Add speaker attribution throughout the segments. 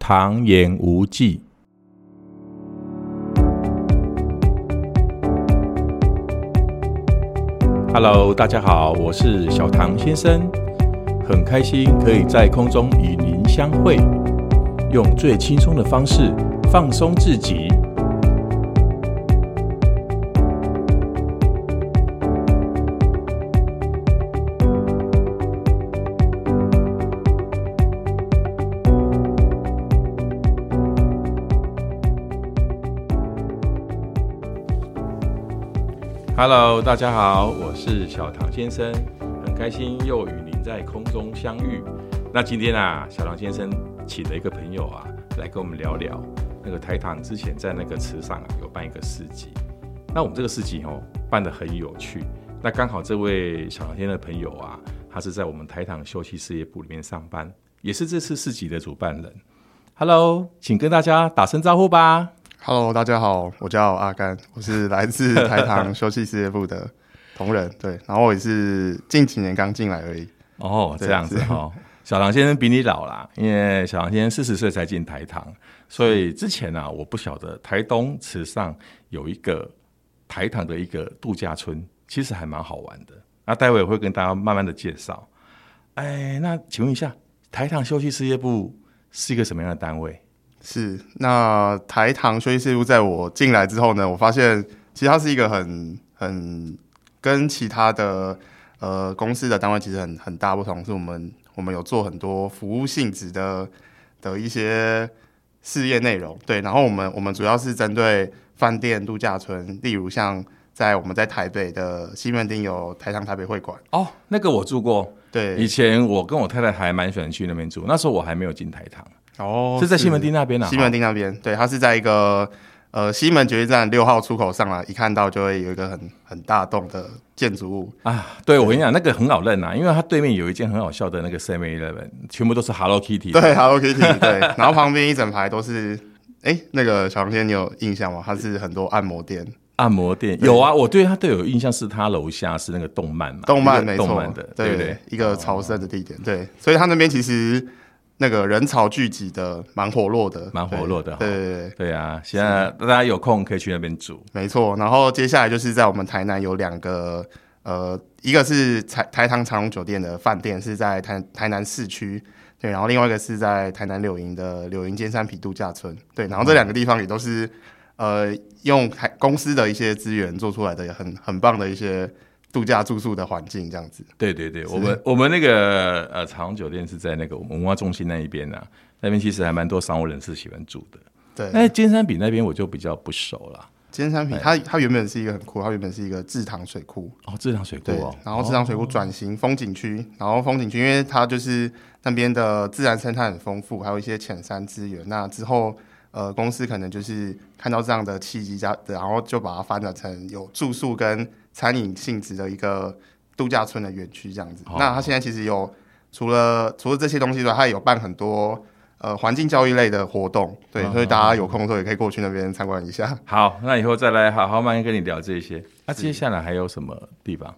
Speaker 1: 旁言无忌。Hello，大家好，我是小唐先生，很开心可以在空中与您相会，用最轻松的方式放松自己。Hello，大家好，我是小唐先生，很开心又与您在空中相遇。那今天啊，小唐先生请了一个朋友啊，来跟我们聊聊那个台糖之前在那个池上啊有办一个市集，那我们这个市集哦办得很有趣。那刚好这位小唐先生的朋友啊，他是在我们台糖休息事业部里面上班，也是这次市集的主办人。Hello，请跟大家打声招呼吧。
Speaker 2: Hello，大家好，我叫阿甘，我是来自台糖休息事业部的同仁，对，然后我也是近几年刚进来而已，
Speaker 1: 哦，
Speaker 2: 对
Speaker 1: 这样子哦。小唐先生比你老啦，因为小唐先生四十岁才进台糖，所以之前呢、啊，我不晓得台东池上有一个台糖的一个度假村，其实还蛮好玩的。那待会我会跟大家慢慢的介绍。哎，那请问一下，台糖休息事业部是一个什么样的单位？
Speaker 2: 是，那台糖休息事业部在我进来之后呢，我发现其实它是一个很很跟其他的呃公司的单位其实很很大不同，是我们我们有做很多服务性质的的一些事业内容，对，然后我们我们主要是针对饭店、度假村，例如像在我们在台北的西门町有台糖台北会馆，
Speaker 1: 哦，那个我住过，以
Speaker 2: 对，
Speaker 1: 前我跟我太太还蛮喜欢去那边住，那时候我还没有进台糖，
Speaker 2: 哦
Speaker 1: 是在西门町那边啊。
Speaker 2: 西门町那边，对，它是在一个呃西门捷运站六号出口上啊来，一看到就会有一个很很大栋的建筑物。
Speaker 1: 啊，对我跟你讲，那个很好认啊，因为它对面有一间很好笑的那个 Seven Eleven，全部都是 Hello Kitty。
Speaker 2: 对，Hello Kitty，对，然后旁边一整排都是，哎、那个小螃蟹你有印象吗？它是很多按摩店，
Speaker 1: 按摩店有啊，我对它都有印象，是它楼下是那个动漫嘛，
Speaker 2: 动漫
Speaker 1: 一个
Speaker 2: 没
Speaker 1: 动
Speaker 2: 错
Speaker 1: 漫的，，对
Speaker 2: 对
Speaker 1: 不对？哦
Speaker 2: 一个朝圣的地点，对，所以它那边其实那个人潮聚集的，蛮活络的，
Speaker 1: 蛮活络的
Speaker 2: 对对对对。
Speaker 1: 对啊，现在大家有空可以去那边住。
Speaker 2: 没错，然后接下来就是在我们台南有两个，呃，一个是台台糖长荣酒店的饭店是在台台南市区，对，然后另外一个是在台南柳营的柳营尖山皮度假村，对，然后这两个地方也都是，呃，用台公司的一些资源做出来的很很棒的一些度假住宿的环境，这样子。
Speaker 1: 对对对，我们我们那个呃长荣酒店是在那个文化中心那一边啊，那边其实还蛮多商务人士喜欢住的。
Speaker 2: 对，
Speaker 1: 那尖山比那边我就比较不熟了。
Speaker 2: 尖山皮它它原本是一个很酷，它原本是一个制糖水库，
Speaker 1: 哦，这条水库
Speaker 2: 对
Speaker 1: 哦，，
Speaker 2: 然后这张水库转型风景区，然后风景区因为它就是那边的自然生态很丰富，还有一些浅山资源。那之后，呃，公司可能就是看到这样的契机加，然后就把它发展成有住宿跟餐饮性质的一个度假村的园区这样子。
Speaker 1: 哦
Speaker 2: 那它现在其实有除了除了这些东西之外，它也有办很多。呃，环境教育类的活动，对，
Speaker 1: 嗯
Speaker 2: 所以大家有空的时候也可以过去那边参观一下。
Speaker 1: 好，那以后再来好好慢慢跟你聊这些。那、接下来还有什么地方？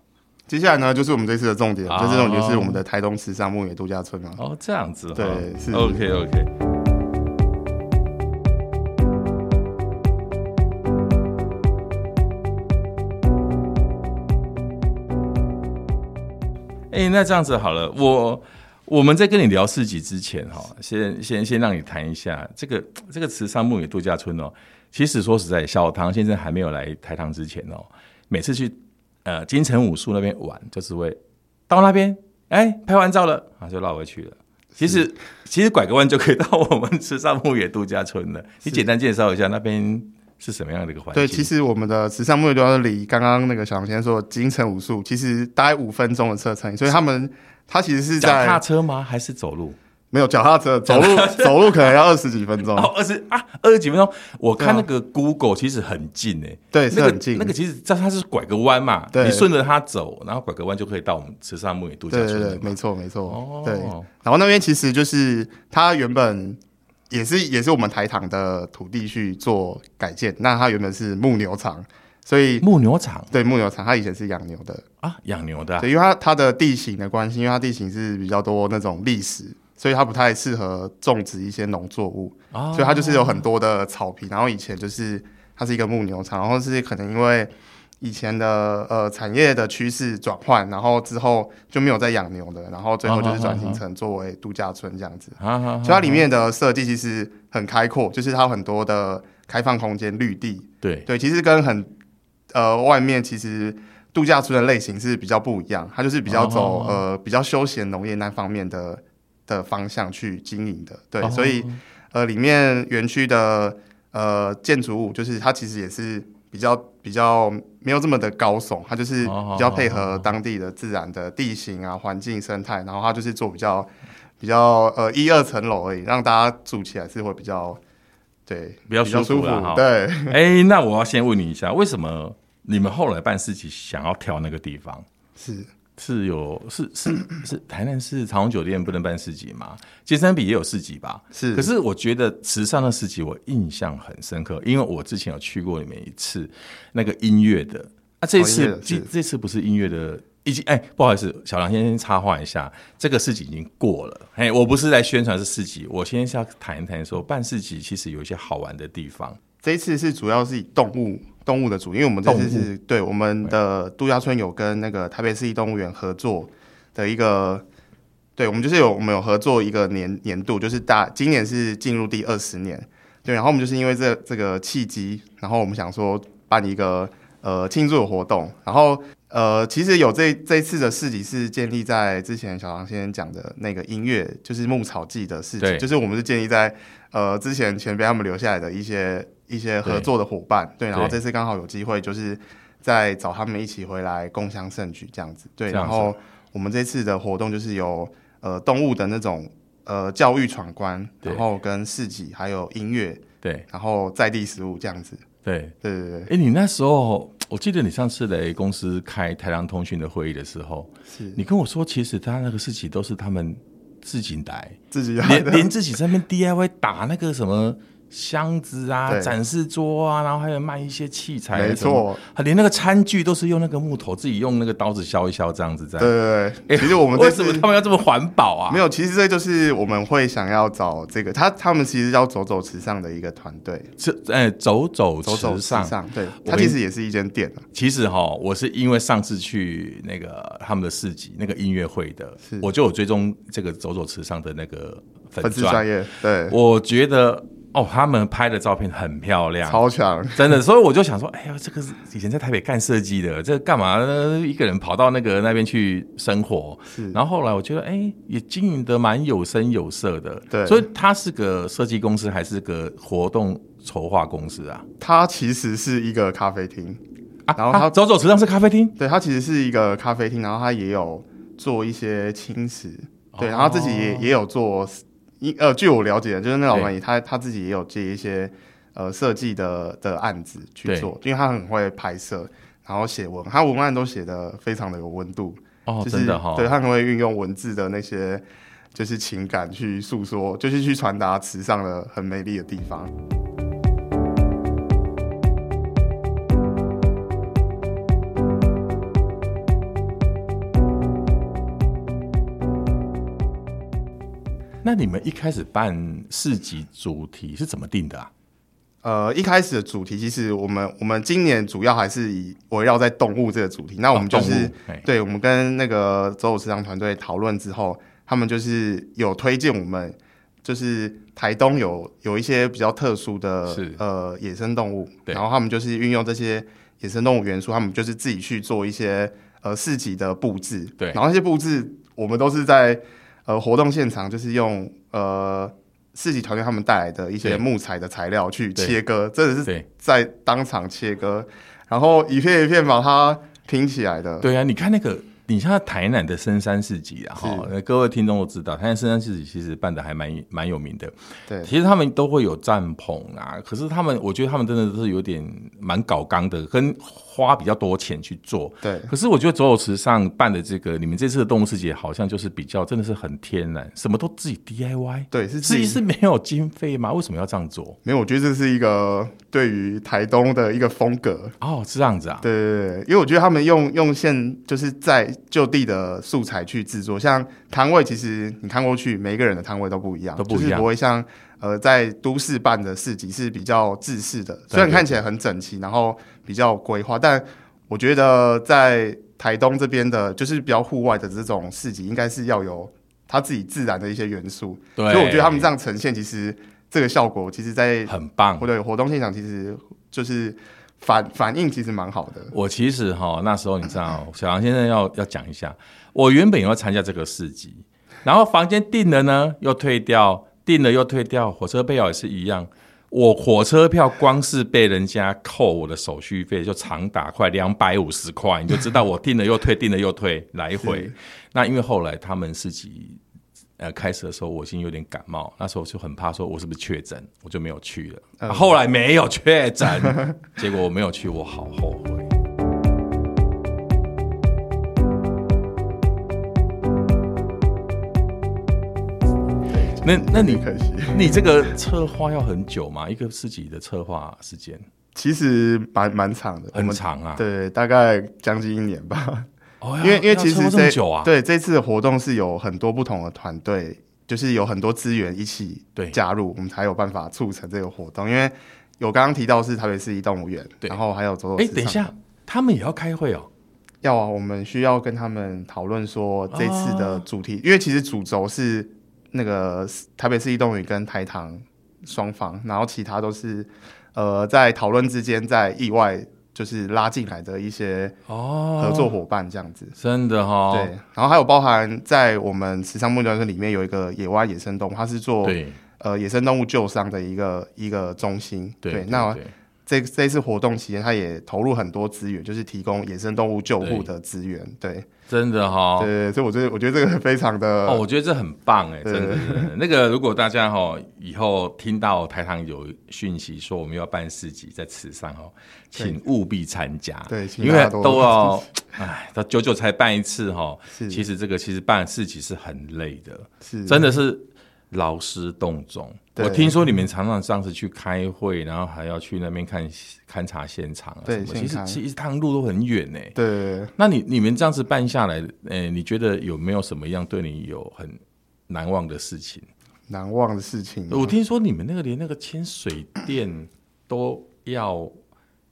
Speaker 2: 接下来呢，就是我们这次的重点，
Speaker 1: 哦
Speaker 2: 就是重点就是我们的台东池上牧野度假村啊。
Speaker 1: 哦，这样子哈，
Speaker 2: 对是
Speaker 1: OK OK。哎、那这样子好了，我我们在跟你聊市集之前哈，先先先让你谈一下这个这个慈善牧野度假村哦。其实说实在，小唐先生还没有来台糖之前哦，每次去呃金城武术那边玩，就是会到那边，哎、拍完照了，啊，就绕回去了。其实其实拐个弯就可以到我们池上牧野度假村了。你简单介绍一下那边是什么样的一个环境？
Speaker 2: 对，其实我们的时尚目标是离刚刚那个小杨先生说的金城武术，其实大概五分钟的车程，所以他们他其实是
Speaker 1: 脚踏
Speaker 2: 在
Speaker 1: 车吗？还是走路？
Speaker 2: 没有脚踏车，走 路走路可能要二十几分钟，
Speaker 1: 哦，二十啊，二十几分钟。我看
Speaker 2: 对
Speaker 1: 那
Speaker 2: 啊
Speaker 1: 个 Google 其实很近诶、
Speaker 2: 对，是
Speaker 1: 那
Speaker 2: 很
Speaker 1: 个
Speaker 2: 近。
Speaker 1: 那个其实它它是拐个弯嘛，
Speaker 2: 对
Speaker 1: 你顺着它走，然后拐个弯就可以到我们池上牧野度假
Speaker 2: 对
Speaker 1: 村
Speaker 2: 对
Speaker 1: 了
Speaker 2: 对，
Speaker 1: 嘛
Speaker 2: 没错没错
Speaker 1: 哦，
Speaker 2: 对。然后那边其实就是它原本也是也是我们台糖的土地去做改建，那它原本是牧牛场，所以
Speaker 1: 牧牛场
Speaker 2: 对牧牛场，它以前是养牛的，
Speaker 1: 啊，养牛的啊、
Speaker 2: 对，因为它它的地形的关系，因为它地形是比较多那种砾石，所以它不太适合种植一些农作物。
Speaker 1: 哦
Speaker 2: 所以它就是有很多的草皮。然后以前就是它是一个牧牛场，然后是可能因为以前的呃产业的趋势转换，然后之后就没有再养牛的，然后最后就是转型成作为度假村这样子。
Speaker 1: 啊啊
Speaker 2: 所以它里面的设计其实很开阔，就是它有很多的开放空间、绿地。
Speaker 1: 对
Speaker 2: 对，其实跟很呃外面其实。度假村的类型是比较不一样，它就是比较走、
Speaker 1: 哦
Speaker 2: 呃比较休闲农业那方面的的方向去经营的，对，
Speaker 1: 哦
Speaker 2: 所以呃，里面园区的呃建筑物，就是它其实也是比较比较没有这么的高耸，它就是
Speaker 1: 哦
Speaker 2: 比较配
Speaker 1: 哦哦
Speaker 2: 合
Speaker 1: 哦
Speaker 2: 当地的自然的地形啊、环境生态，然后它就是做比较比较呃一二层楼而已，让大家住起来是会比较对
Speaker 1: 比较
Speaker 2: 比较
Speaker 1: 舒
Speaker 2: 舒
Speaker 1: 服啦哈
Speaker 2: 服，对。
Speaker 1: 哎，那我要先问你一下，为什么你们后来办事情想要挑那个地方？
Speaker 2: 是
Speaker 1: 是有是是是台南市长荣酒店不能办市集吗？尖山比也有市集吧？
Speaker 2: 是
Speaker 1: 可是我觉得池上的市集我印象很深刻，因为我之前有去过你们一次那个音乐的啊，这一
Speaker 2: 哦音乐
Speaker 1: 次、
Speaker 2: 的
Speaker 1: 这
Speaker 2: 是
Speaker 1: 这次不是音乐的。已经哎，不好意思，小梁先生插话一下，这个市集已经过了。哎，我不是来宣传是市集，我先是要谈一谈说办市集其实有一些好玩的地方。
Speaker 2: 这一次是主要是以动物动物的主，因为我们这次是对我们的度假村有跟那个台北市立动物园合作的一个，对我们就是有我们有合作一个年年度，就是大今年是进入第二十年，对，然后我们就是因为这这个契机，然后我们想说办一个呃庆祝的活动，然后呃其实有这这一次的市集是建立在之前小唐先生讲的那个音乐，就是牧草季的市
Speaker 1: 对
Speaker 2: 集，就是我们是建立在。呃之前前辈他们留下来的一些一些合作的伙伴，对，然后
Speaker 1: 对
Speaker 2: 这次刚好有机会就是再找他们一起回来共襄盛举这样子，对，
Speaker 1: 这样
Speaker 2: 然
Speaker 1: 子
Speaker 2: 后我们这次的活动就是有呃动物的那种呃教育闯关，
Speaker 1: 对
Speaker 2: 然后跟市集还有音乐，
Speaker 1: 对
Speaker 2: 然后在地食物这样子，
Speaker 1: 对，
Speaker 2: 对对对，
Speaker 1: 哎，你那时候，我记得你上次来公司开台阳通讯的会议的时候，
Speaker 2: 是
Speaker 1: 你跟我说，其实他那个事情都是他们自己 来，
Speaker 2: 自己来
Speaker 1: 连
Speaker 2: 的
Speaker 1: 连自己在那边 DIY 打那个什么箱子啊、
Speaker 2: 对
Speaker 1: 展示桌啊，然后还有卖一些器材，啊
Speaker 2: 没，错，
Speaker 1: 他连那个餐具都是用那个木头自己用那个刀子削一削这样子在
Speaker 2: 对。对
Speaker 1: 诶
Speaker 2: 对，其实我们
Speaker 1: 为
Speaker 2: 这
Speaker 1: 什
Speaker 2: 次
Speaker 1: 么他们要这么环保啊？
Speaker 2: 没有，其实这就是我们会想要找这个他他们其实要走走时尚的一个团队，
Speaker 1: 这哎，走走
Speaker 2: 走走
Speaker 1: 时
Speaker 2: 时尚，对，它
Speaker 1: 跟
Speaker 2: 其实也是一间店啊，
Speaker 1: 其实哈，我是因为上次去那个他们的市集那个音乐会的
Speaker 2: 是，
Speaker 1: 我就有追踪这个走走池上的那个粉
Speaker 2: 粉丝
Speaker 1: 钻。
Speaker 2: 专业，对，
Speaker 1: 我觉得哦，他们拍的照片很漂亮，
Speaker 2: 超强，
Speaker 1: 真的，所以我就想说，哎呀，这个是以前在台北干设计的，这干嘛呢一个人跑到那个那边去生活？
Speaker 2: 是
Speaker 1: 然后后来我觉得，哎，也经营的蛮有声有色的。
Speaker 2: 对
Speaker 1: 所以它是个设计公司还是个活动筹划公司啊？
Speaker 2: 它其实是一个咖啡厅，
Speaker 1: 啊，
Speaker 2: 然后它
Speaker 1: 啊走走池上是咖啡厅，
Speaker 2: 对，它其实是一个咖啡厅，然后它也有做一些轻食，对，
Speaker 1: 哦
Speaker 2: 然后自己也也有做，一呃，据我了解，就是那老板
Speaker 1: 对
Speaker 2: 也他他自己也有接一些呃设计的的案子去
Speaker 1: 对
Speaker 2: 做，因为他很会拍摄，然后写文，他文案都写的非常的有温度，
Speaker 1: 哦，
Speaker 2: 就是
Speaker 1: 真的哈、
Speaker 2: 对，他很会运用文字的那些就是情感去诉说，就是去传达池上的很美丽的地方。
Speaker 1: 那你们一开始办市集主题是怎么定的啊？
Speaker 2: 呃，一开始的主题其实我们我们今年主要还是以围绕在动物这个主题。那我们
Speaker 1: 哦
Speaker 2: 就
Speaker 1: 动物
Speaker 2: 是、
Speaker 1: 嘿
Speaker 2: 对，我们跟那个走走食堂团队讨论之后，他们就是有推荐我们，就是台东有有一些比较特殊的
Speaker 1: 是
Speaker 2: 呃野生动物，
Speaker 1: 对
Speaker 2: 然后他们就是运用这些野生动物元素，他们就是自己去做一些呃市集的布置。
Speaker 1: 对
Speaker 2: 然后那些布置我们都是在呃活动现场，就是用呃。市集团队他们带来的一
Speaker 1: 对
Speaker 2: 些木材的材料去
Speaker 1: 对
Speaker 2: 切割，真的是
Speaker 1: 对
Speaker 2: 在当场切割，然后一片一片把它拼起来的。
Speaker 1: 对啊，你看那个，你像台南的深山市集啊，哈，那各位听众都知道，台南深山市集其实办的还蛮蛮有名的。
Speaker 2: 对
Speaker 1: 其实他们都会有帐篷啊，可是他们，我觉得他们真的是有点蛮搞纲的，跟花比较多钱去做。
Speaker 2: 对
Speaker 1: 可是我觉得走走池上办的这个，你们这次的动物世界好像就是比较真的是很天然，什么都自己 DIY。
Speaker 2: 对，是
Speaker 1: 自己
Speaker 2: 是
Speaker 1: 是没有经费吗？为什么要这样做？
Speaker 2: 没有，我觉得这是一个对于台东的一个风格。
Speaker 1: 哦，是这样子啊。
Speaker 2: 对对对，对因为我觉得他们用用现就是在就地的素材去制作。像摊位，其实你看过去，每一个人的摊位都不一样，
Speaker 1: 都不一样
Speaker 2: 就是不会像呃在都市办的市集是比较制式的，虽然
Speaker 1: 对
Speaker 2: 看起来很整齐，然后比较有规划，但我觉得在台东这边的，就是比较户外的这种市集，应该是要有它自己自然的一些元素。
Speaker 1: 对，嗯
Speaker 2: 所以我觉得他们这样呈现，其实这个效果，其实在
Speaker 1: 很棒。
Speaker 2: 或者活动现场，其实就是反反应其实蛮好的。
Speaker 1: 我其实哈那时候你知道，小杨先生要要讲一下，我原本也要参加这个市集，然后房间订了呢又退掉，订了又退掉，火车票也是一样。我火车票光是被人家扣我的手续费就长达快两百五十块，你就知道我订了又退，订了又退，来回。那因为后来他们自己呃开始的时候，我已经有点感冒，那时候就很怕说我是不是确诊，我就没有去了。啊后来没有确诊，结果我没有去，我好后悔。那那你
Speaker 2: 可惜，
Speaker 1: 你这个策划要很久吗？一个自己的策划时间
Speaker 2: 其实蛮蛮长的，我
Speaker 1: 很
Speaker 2: 们
Speaker 1: 长啊。
Speaker 2: 对，大概将近一年吧。
Speaker 1: 哦，
Speaker 2: 因
Speaker 1: 要
Speaker 2: 为因为
Speaker 1: 要
Speaker 2: 其
Speaker 1: 策划
Speaker 2: 实
Speaker 1: 这么
Speaker 2: 这
Speaker 1: 久啊，
Speaker 2: 对这次的活动是有很多不同的团队，就是有很多资源一起
Speaker 1: 对
Speaker 2: 加入，我们才有办法促成这个活动。因为有刚刚提到是台北市一动物园，
Speaker 1: 对
Speaker 2: 然后还有走走。
Speaker 1: 哎，等一，下，他们也要开会哦。
Speaker 2: 要啊，我们需要跟他们讨论说这次的主题，因为其实主轴是那个台北市一动物园跟台糖双方，然后其他都是呃在讨论之间在意外就是拉进来的一些
Speaker 1: 哦，
Speaker 2: 合作伙伴这样子。
Speaker 1: 真的哈、
Speaker 2: 对，然后还有包含在我们时尚目标村里面有一个野蛙野生动物，它是做
Speaker 1: 对
Speaker 2: 呃野生动物救伤的一个一个中心。
Speaker 1: 对
Speaker 2: 那这这次活动期间，它也投入很多资源，就是提供野生动物救护的资源。对，
Speaker 1: 真的哈、
Speaker 2: 对对，所以我觉得我觉得这个非常的，
Speaker 1: 哦哦，我觉得这很棒哎，真
Speaker 2: 对
Speaker 1: 的。真的那个，如果大家哈、以后听到台糖有讯息说我们要办市集在池上哦，
Speaker 2: 对
Speaker 1: 请务必参加，
Speaker 2: 对请
Speaker 1: 因
Speaker 2: 大
Speaker 1: 为
Speaker 2: 家都
Speaker 1: 都要，哎，他久久才办一次哈、
Speaker 2: 是
Speaker 1: 其实这个其实办市集是很累的，
Speaker 2: 是
Speaker 1: 真的是劳师动众。
Speaker 2: 对
Speaker 1: 我听说你们常常上次去开会，然后还要去那边看勘察现场啊什
Speaker 2: 对
Speaker 1: 么，其
Speaker 2: 现
Speaker 1: 实
Speaker 2: 勘
Speaker 1: 其实趟路都很远呢、欸
Speaker 2: 对对对
Speaker 1: 那你你们这样子办下来，呃、你觉得有没有什么样对你有很难忘的事情？
Speaker 2: 难忘的事情。
Speaker 1: 我听说你们那个连那个清水店都要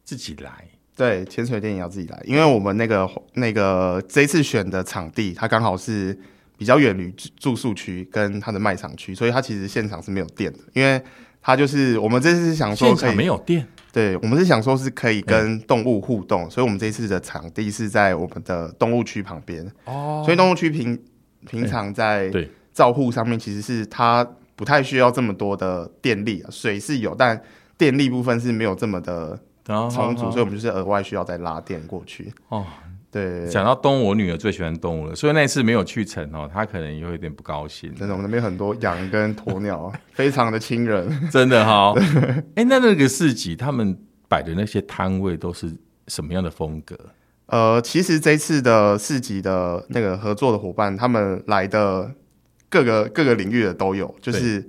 Speaker 1: 自己来，
Speaker 2: 对，潜水店也要自己来，因为我们那个那个这一次选的场地，它刚好是比较远离住住宿区跟它的卖场区，所以它其实现场是没有电的，因为它就是我们这次是想说
Speaker 1: 现
Speaker 2: 可
Speaker 1: 场没
Speaker 2: 以，
Speaker 1: 有电
Speaker 2: 对我们是想说是可以
Speaker 1: 嗯
Speaker 2: 跟动物互动，所以我们这次的场地是在我们的动物区旁边，
Speaker 1: 哦，哎
Speaker 2: 所以动物区平平常在
Speaker 1: 对
Speaker 2: 照护上面其实是它不太需要这么多的电力啊，水是有，但电力部分是没有这么的
Speaker 1: 然
Speaker 2: 充足，所以
Speaker 1: 后
Speaker 2: 我们就是额外需要再拉电过去。
Speaker 1: 哦，
Speaker 2: 对，
Speaker 1: 讲到动物，我女儿最喜欢动物了，所以那一次没有去成哦，她可能也有一点不高兴。
Speaker 2: 真的，我们那边很多羊跟鸵鸟，非常的亲人。
Speaker 1: 真的 哈、哎、那那个市集他们摆的那些摊位都是什么样的风格？
Speaker 2: 呃，其实这次的市集的那个合作的伙伴，他们来的各个各个领域的都有，就是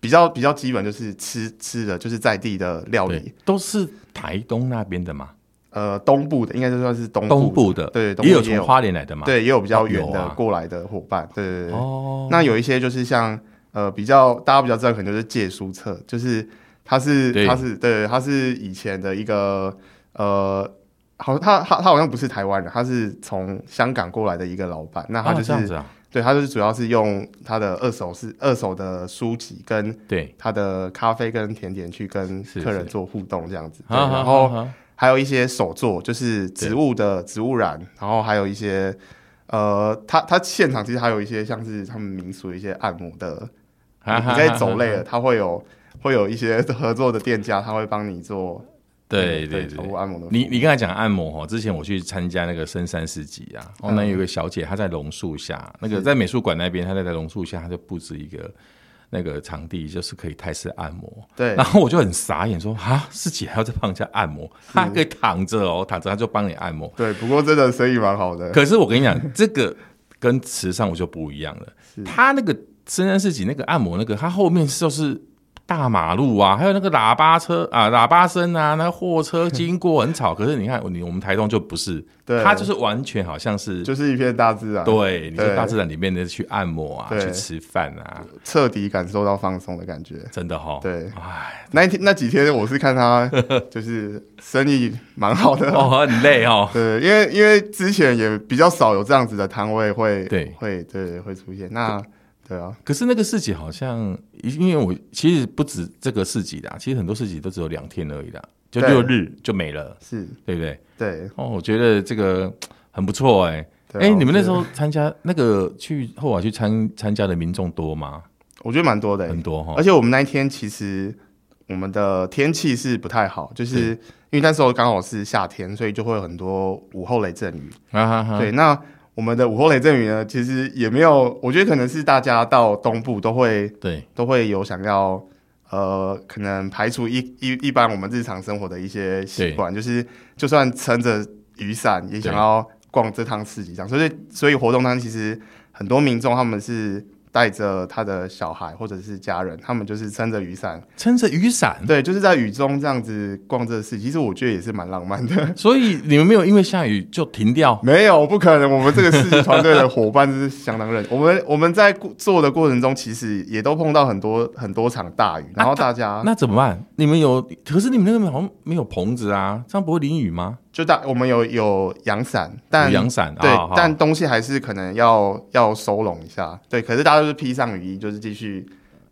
Speaker 2: 比较比较基本就是吃吃的，就是在地的料理。
Speaker 1: 对，哦都是台东那边的嘛，
Speaker 2: 呃，东部的应该就算是东部
Speaker 1: 东部的，
Speaker 2: 对东部
Speaker 1: 也有
Speaker 2: 也有
Speaker 1: 从花莲来的嘛，，
Speaker 2: 对，也有比较远
Speaker 1: 有
Speaker 2: 的
Speaker 1: 啊
Speaker 2: 过来的伙伴。对对对。
Speaker 1: 哦，
Speaker 2: 那有一些就是像呃比较大家比较知道，可能就是借书册，就是它是
Speaker 1: 对
Speaker 2: 它是对它是以前的一个呃，好他他他好像不是台湾人，他是从香港过来的一个老板，那他就
Speaker 1: 啊
Speaker 2: 是、
Speaker 1: 这样子啊，
Speaker 2: 对他就是主要是用他的二手是二手的书籍跟
Speaker 1: 对，
Speaker 2: 他的咖啡跟甜点去跟
Speaker 1: 是
Speaker 2: 客人
Speaker 1: 是
Speaker 2: 做互动这样子，对
Speaker 1: 啊
Speaker 2: 然后。
Speaker 1: 啊啊
Speaker 2: 还有一些手作，就是植物的植物染，然后还有一些呃，他他现场其实还有一些像是他们民俗的一些按摩的，
Speaker 1: 啊啊
Speaker 2: 你你可以走累
Speaker 1: 啊啊
Speaker 2: 了，他会有会有一些 合作的店家，他会帮你做
Speaker 1: 对
Speaker 2: 对
Speaker 1: 对对
Speaker 2: 宠。物按摩的服务。
Speaker 1: 你你刚才讲按摩哦，之前我去参加那个深山市集啊，哦，那有个小姐她在榕树下，那个在美术馆那边，她在榕树下，她就布置一个那个场地，就是可以泰式按摩。
Speaker 2: 对
Speaker 1: 然后我就很傻眼说，啊，自己还要再帮人家按摩，他还可以躺着哦，躺着他就帮你按摩。
Speaker 2: 对，不过真的生意蛮好的，
Speaker 1: 可是我跟你讲， 这个跟慈善我就不一样了，他那个深山市集那个按摩那个，他后面就是大马路啊，还有那个喇叭车啊、喇叭声啊，那货车经过很 吵。可是你看，你我们台东就不是，
Speaker 2: 对，
Speaker 1: 它就是完全好像是。
Speaker 2: 就是一片大自然，
Speaker 1: 对，你
Speaker 2: 对
Speaker 1: 在大自然里面的去按摩啊，
Speaker 2: 对
Speaker 1: 去吃饭啊，
Speaker 2: 彻底感受到放松的感觉。
Speaker 1: 真的哈、哦。
Speaker 2: 对，
Speaker 1: 哎，
Speaker 2: 那一天那几天我是看 他就是生意蛮好的，
Speaker 1: 哦，很累哦。
Speaker 2: 对，因为因为之前也比较少有这样子的摊位会
Speaker 1: 对
Speaker 2: 会对会出现。那对啊，
Speaker 1: 可是那个市集好像，因因为我其实不止这个市集啦，其实很多市集都只有两天而已啦，就
Speaker 2: 对
Speaker 1: 六日就没了，
Speaker 2: 是
Speaker 1: 对不对？
Speaker 2: 对
Speaker 1: 哦，我觉得这个很不错哎、
Speaker 2: 对啊
Speaker 1: 哎、你们那
Speaker 2: 我觉得
Speaker 1: 时候参加那个去后来去参参加的民众多吗？
Speaker 2: 我觉得蛮多的欸、
Speaker 1: 很多哈哦
Speaker 2: 而，且我们那一天其实我们的天气是不太好，就是因为那时候刚好是夏天，所以就会有很多午后雷阵雨。
Speaker 1: 啊哈哈，
Speaker 2: 对，那我们的午后雷阵雨呢，其实也没有，我觉得可能是大家到东部都会
Speaker 1: 对
Speaker 2: 都会有想要。呃，可能排除一一一般我们日常生活的一些习惯，就是就算撑着雨伞也想要逛这趟市集这样，所以所以活动当中其实很多民众他们是带着他的小孩或者是家人，他们就是撑着雨伞，
Speaker 1: 撑着雨伞，
Speaker 2: 对，就是在雨中这样子逛这市集，其实我觉得也是蛮浪漫的。
Speaker 1: 所以你们没有因为下雨就停掉
Speaker 2: 没有，不可能！我们这个市集团队的伙伴是相当 认。我们我们在过做的过程中，其实也都碰到很多很多场大雨，然后大家
Speaker 1: 那怎么办？你们有，可是你们那边好像没有棚子啊，这样不会淋雨吗？
Speaker 2: 就大我们有有阳伞，但
Speaker 1: 有阳伞
Speaker 2: 对，
Speaker 1: 啊，
Speaker 2: 但东西还是可能要要收拢一下。对，可是大家就是披上雨衣，就是继续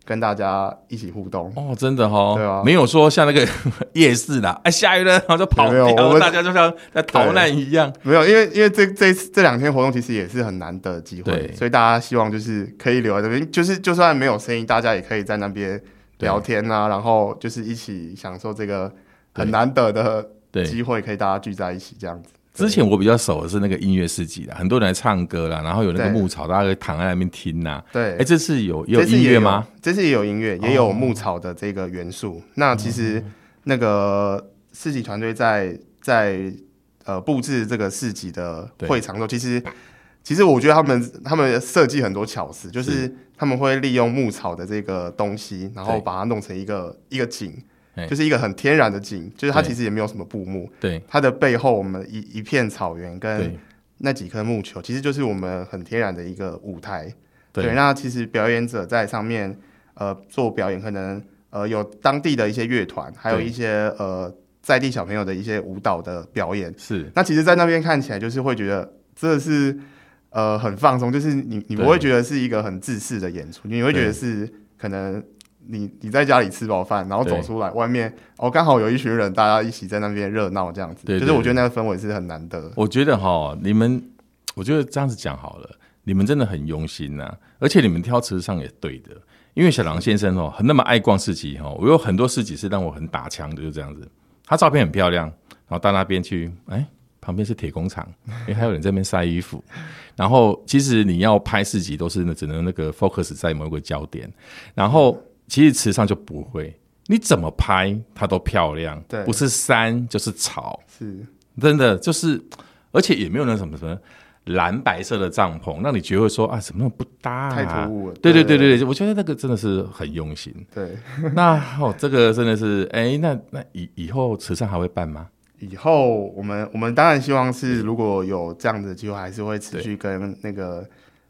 Speaker 2: 跟大家一起互动。
Speaker 1: 哦，真的哈，
Speaker 2: 对啊
Speaker 1: 没有说像那个 夜市啦，哎，下雨了，然后就跑
Speaker 2: 没有
Speaker 1: 掉，
Speaker 2: 我们
Speaker 1: 大家就像在逃难一样。
Speaker 2: 没有，因为因为这这这两天活动其实也是很难得的机会
Speaker 1: 对，
Speaker 2: 所以大家希望就是可以留在这边，就是就算没有声音，大家也可以在那边
Speaker 1: 对
Speaker 2: 聊天啊，然后就是一起享受这个很
Speaker 1: 对
Speaker 2: 难得的
Speaker 1: 对，
Speaker 2: 机会，可以大家聚在一起这样子。对
Speaker 1: 之前我比较熟的是那个音乐市集啦，很多人来唱歌啦，然后有那个
Speaker 2: 对
Speaker 1: 牧草，大家可以躺在那边听呐。
Speaker 2: 对，
Speaker 1: 哎，这次有也有
Speaker 2: 这次
Speaker 1: 音
Speaker 2: 也
Speaker 1: 乐吗？？
Speaker 2: 这次也有音乐，
Speaker 1: 哦
Speaker 2: 也
Speaker 1: 嗯
Speaker 2: 有牧草的这个元素。那其实那个市集团队在在呃布置这个市集的
Speaker 1: 对
Speaker 2: 会场的时候，其实其实我觉得他们他们设计很多巧思，就是
Speaker 1: 是
Speaker 2: 他们会利用牧草的这个东西，然后
Speaker 1: 对
Speaker 2: 把它弄成一个一个景
Speaker 1: 嘿，
Speaker 2: 就是一个很天然的景，就是它
Speaker 1: 对
Speaker 2: 其实也没有什么布幕，
Speaker 1: 对
Speaker 2: 它的背后我们一一片草原跟
Speaker 1: 对
Speaker 2: 那几颗木球，其实就是我们很天然的一个舞台。对，
Speaker 1: 对
Speaker 2: 那其实表演者在上面呃做表演，可能呃有当地的一些乐团，还有
Speaker 1: 对
Speaker 2: 一些呃在地小朋友的一些舞蹈的表演。
Speaker 1: 是，
Speaker 2: 那其实，在那边看起来就是会觉得真的是呃很放松，就是你你不
Speaker 1: 对
Speaker 2: 会觉得是一个很自私的演出，你会觉得是可能。你你在家里吃饱饭，然后走
Speaker 1: 对
Speaker 2: 出来外面，哦，刚好有一群人，大家一起在那边热闹这样子，
Speaker 1: 对
Speaker 2: 就是我
Speaker 1: 对
Speaker 2: 觉得那个氛围是很难得。
Speaker 1: 我觉得哈，你们，我觉得这样子讲好了，你们真的很用心呐、而且你们挑时尚也对的。因为小狼先生哦，很那么爱逛市集哦，我有很多市集是让我很打枪的，就这样子。他照片很漂亮，然后到那边去，哎，旁边是铁工厂，因为还有人在那边晒衣服。然后其实你要拍市集都是那只能那个 focus 在某一个焦点，然后其实时尚就不会，你怎么拍它都漂亮，
Speaker 2: 对
Speaker 1: 不是山就是草，
Speaker 2: 是，
Speaker 1: 真的就是，而且也没有那什么什么蓝白色的帐篷，让你觉得说啊，怎么那么不搭、啊，
Speaker 2: 太突兀了
Speaker 1: 对对
Speaker 2: 对
Speaker 1: 对对对，我觉得那个真的是很用心。
Speaker 2: 对，
Speaker 1: 那哦，这个真的是，哎，那那以以后慈善还会办吗？
Speaker 2: 以后我们我们当然希望是，如果有这样子的机会，还是会持续跟那个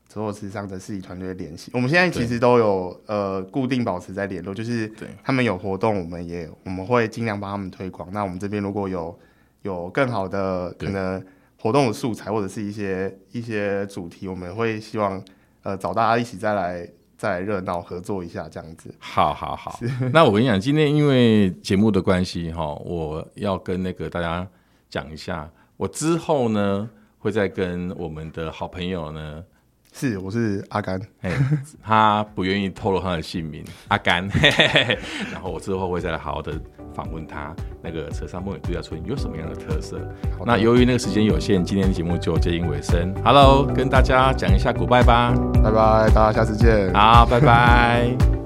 Speaker 2: 所有时尚的市集团队联系。我们现在其实都有呃固定保持在联络，就是
Speaker 1: 对
Speaker 2: 他们有活动，我们也我们会尽量帮他们推广。那我们这边如果有有更好的
Speaker 1: 对
Speaker 2: 可能活动的素材或者是一些一些主题，我们会希望呃找大家一起再来再来热闹合作一下这样子。
Speaker 1: 好好好，那我跟你讲，今天因为节目的关系哈，我要跟那个大家讲一下，我之后呢会再跟我们的好朋友呢
Speaker 2: 是，我是阿甘，
Speaker 1: 哎，他不愿意透露他的姓名，阿甘。嘿嘿嘿然后我之后会再来好好的访问他，那个车上梦与度假村有什么样的特色？
Speaker 2: 好的
Speaker 1: 那由于那个时间有限，今天的节目就接近尾声。Hello，跟大家讲一下 goodbye 吧。
Speaker 2: 拜拜，大家下次见。
Speaker 1: 好，拜拜。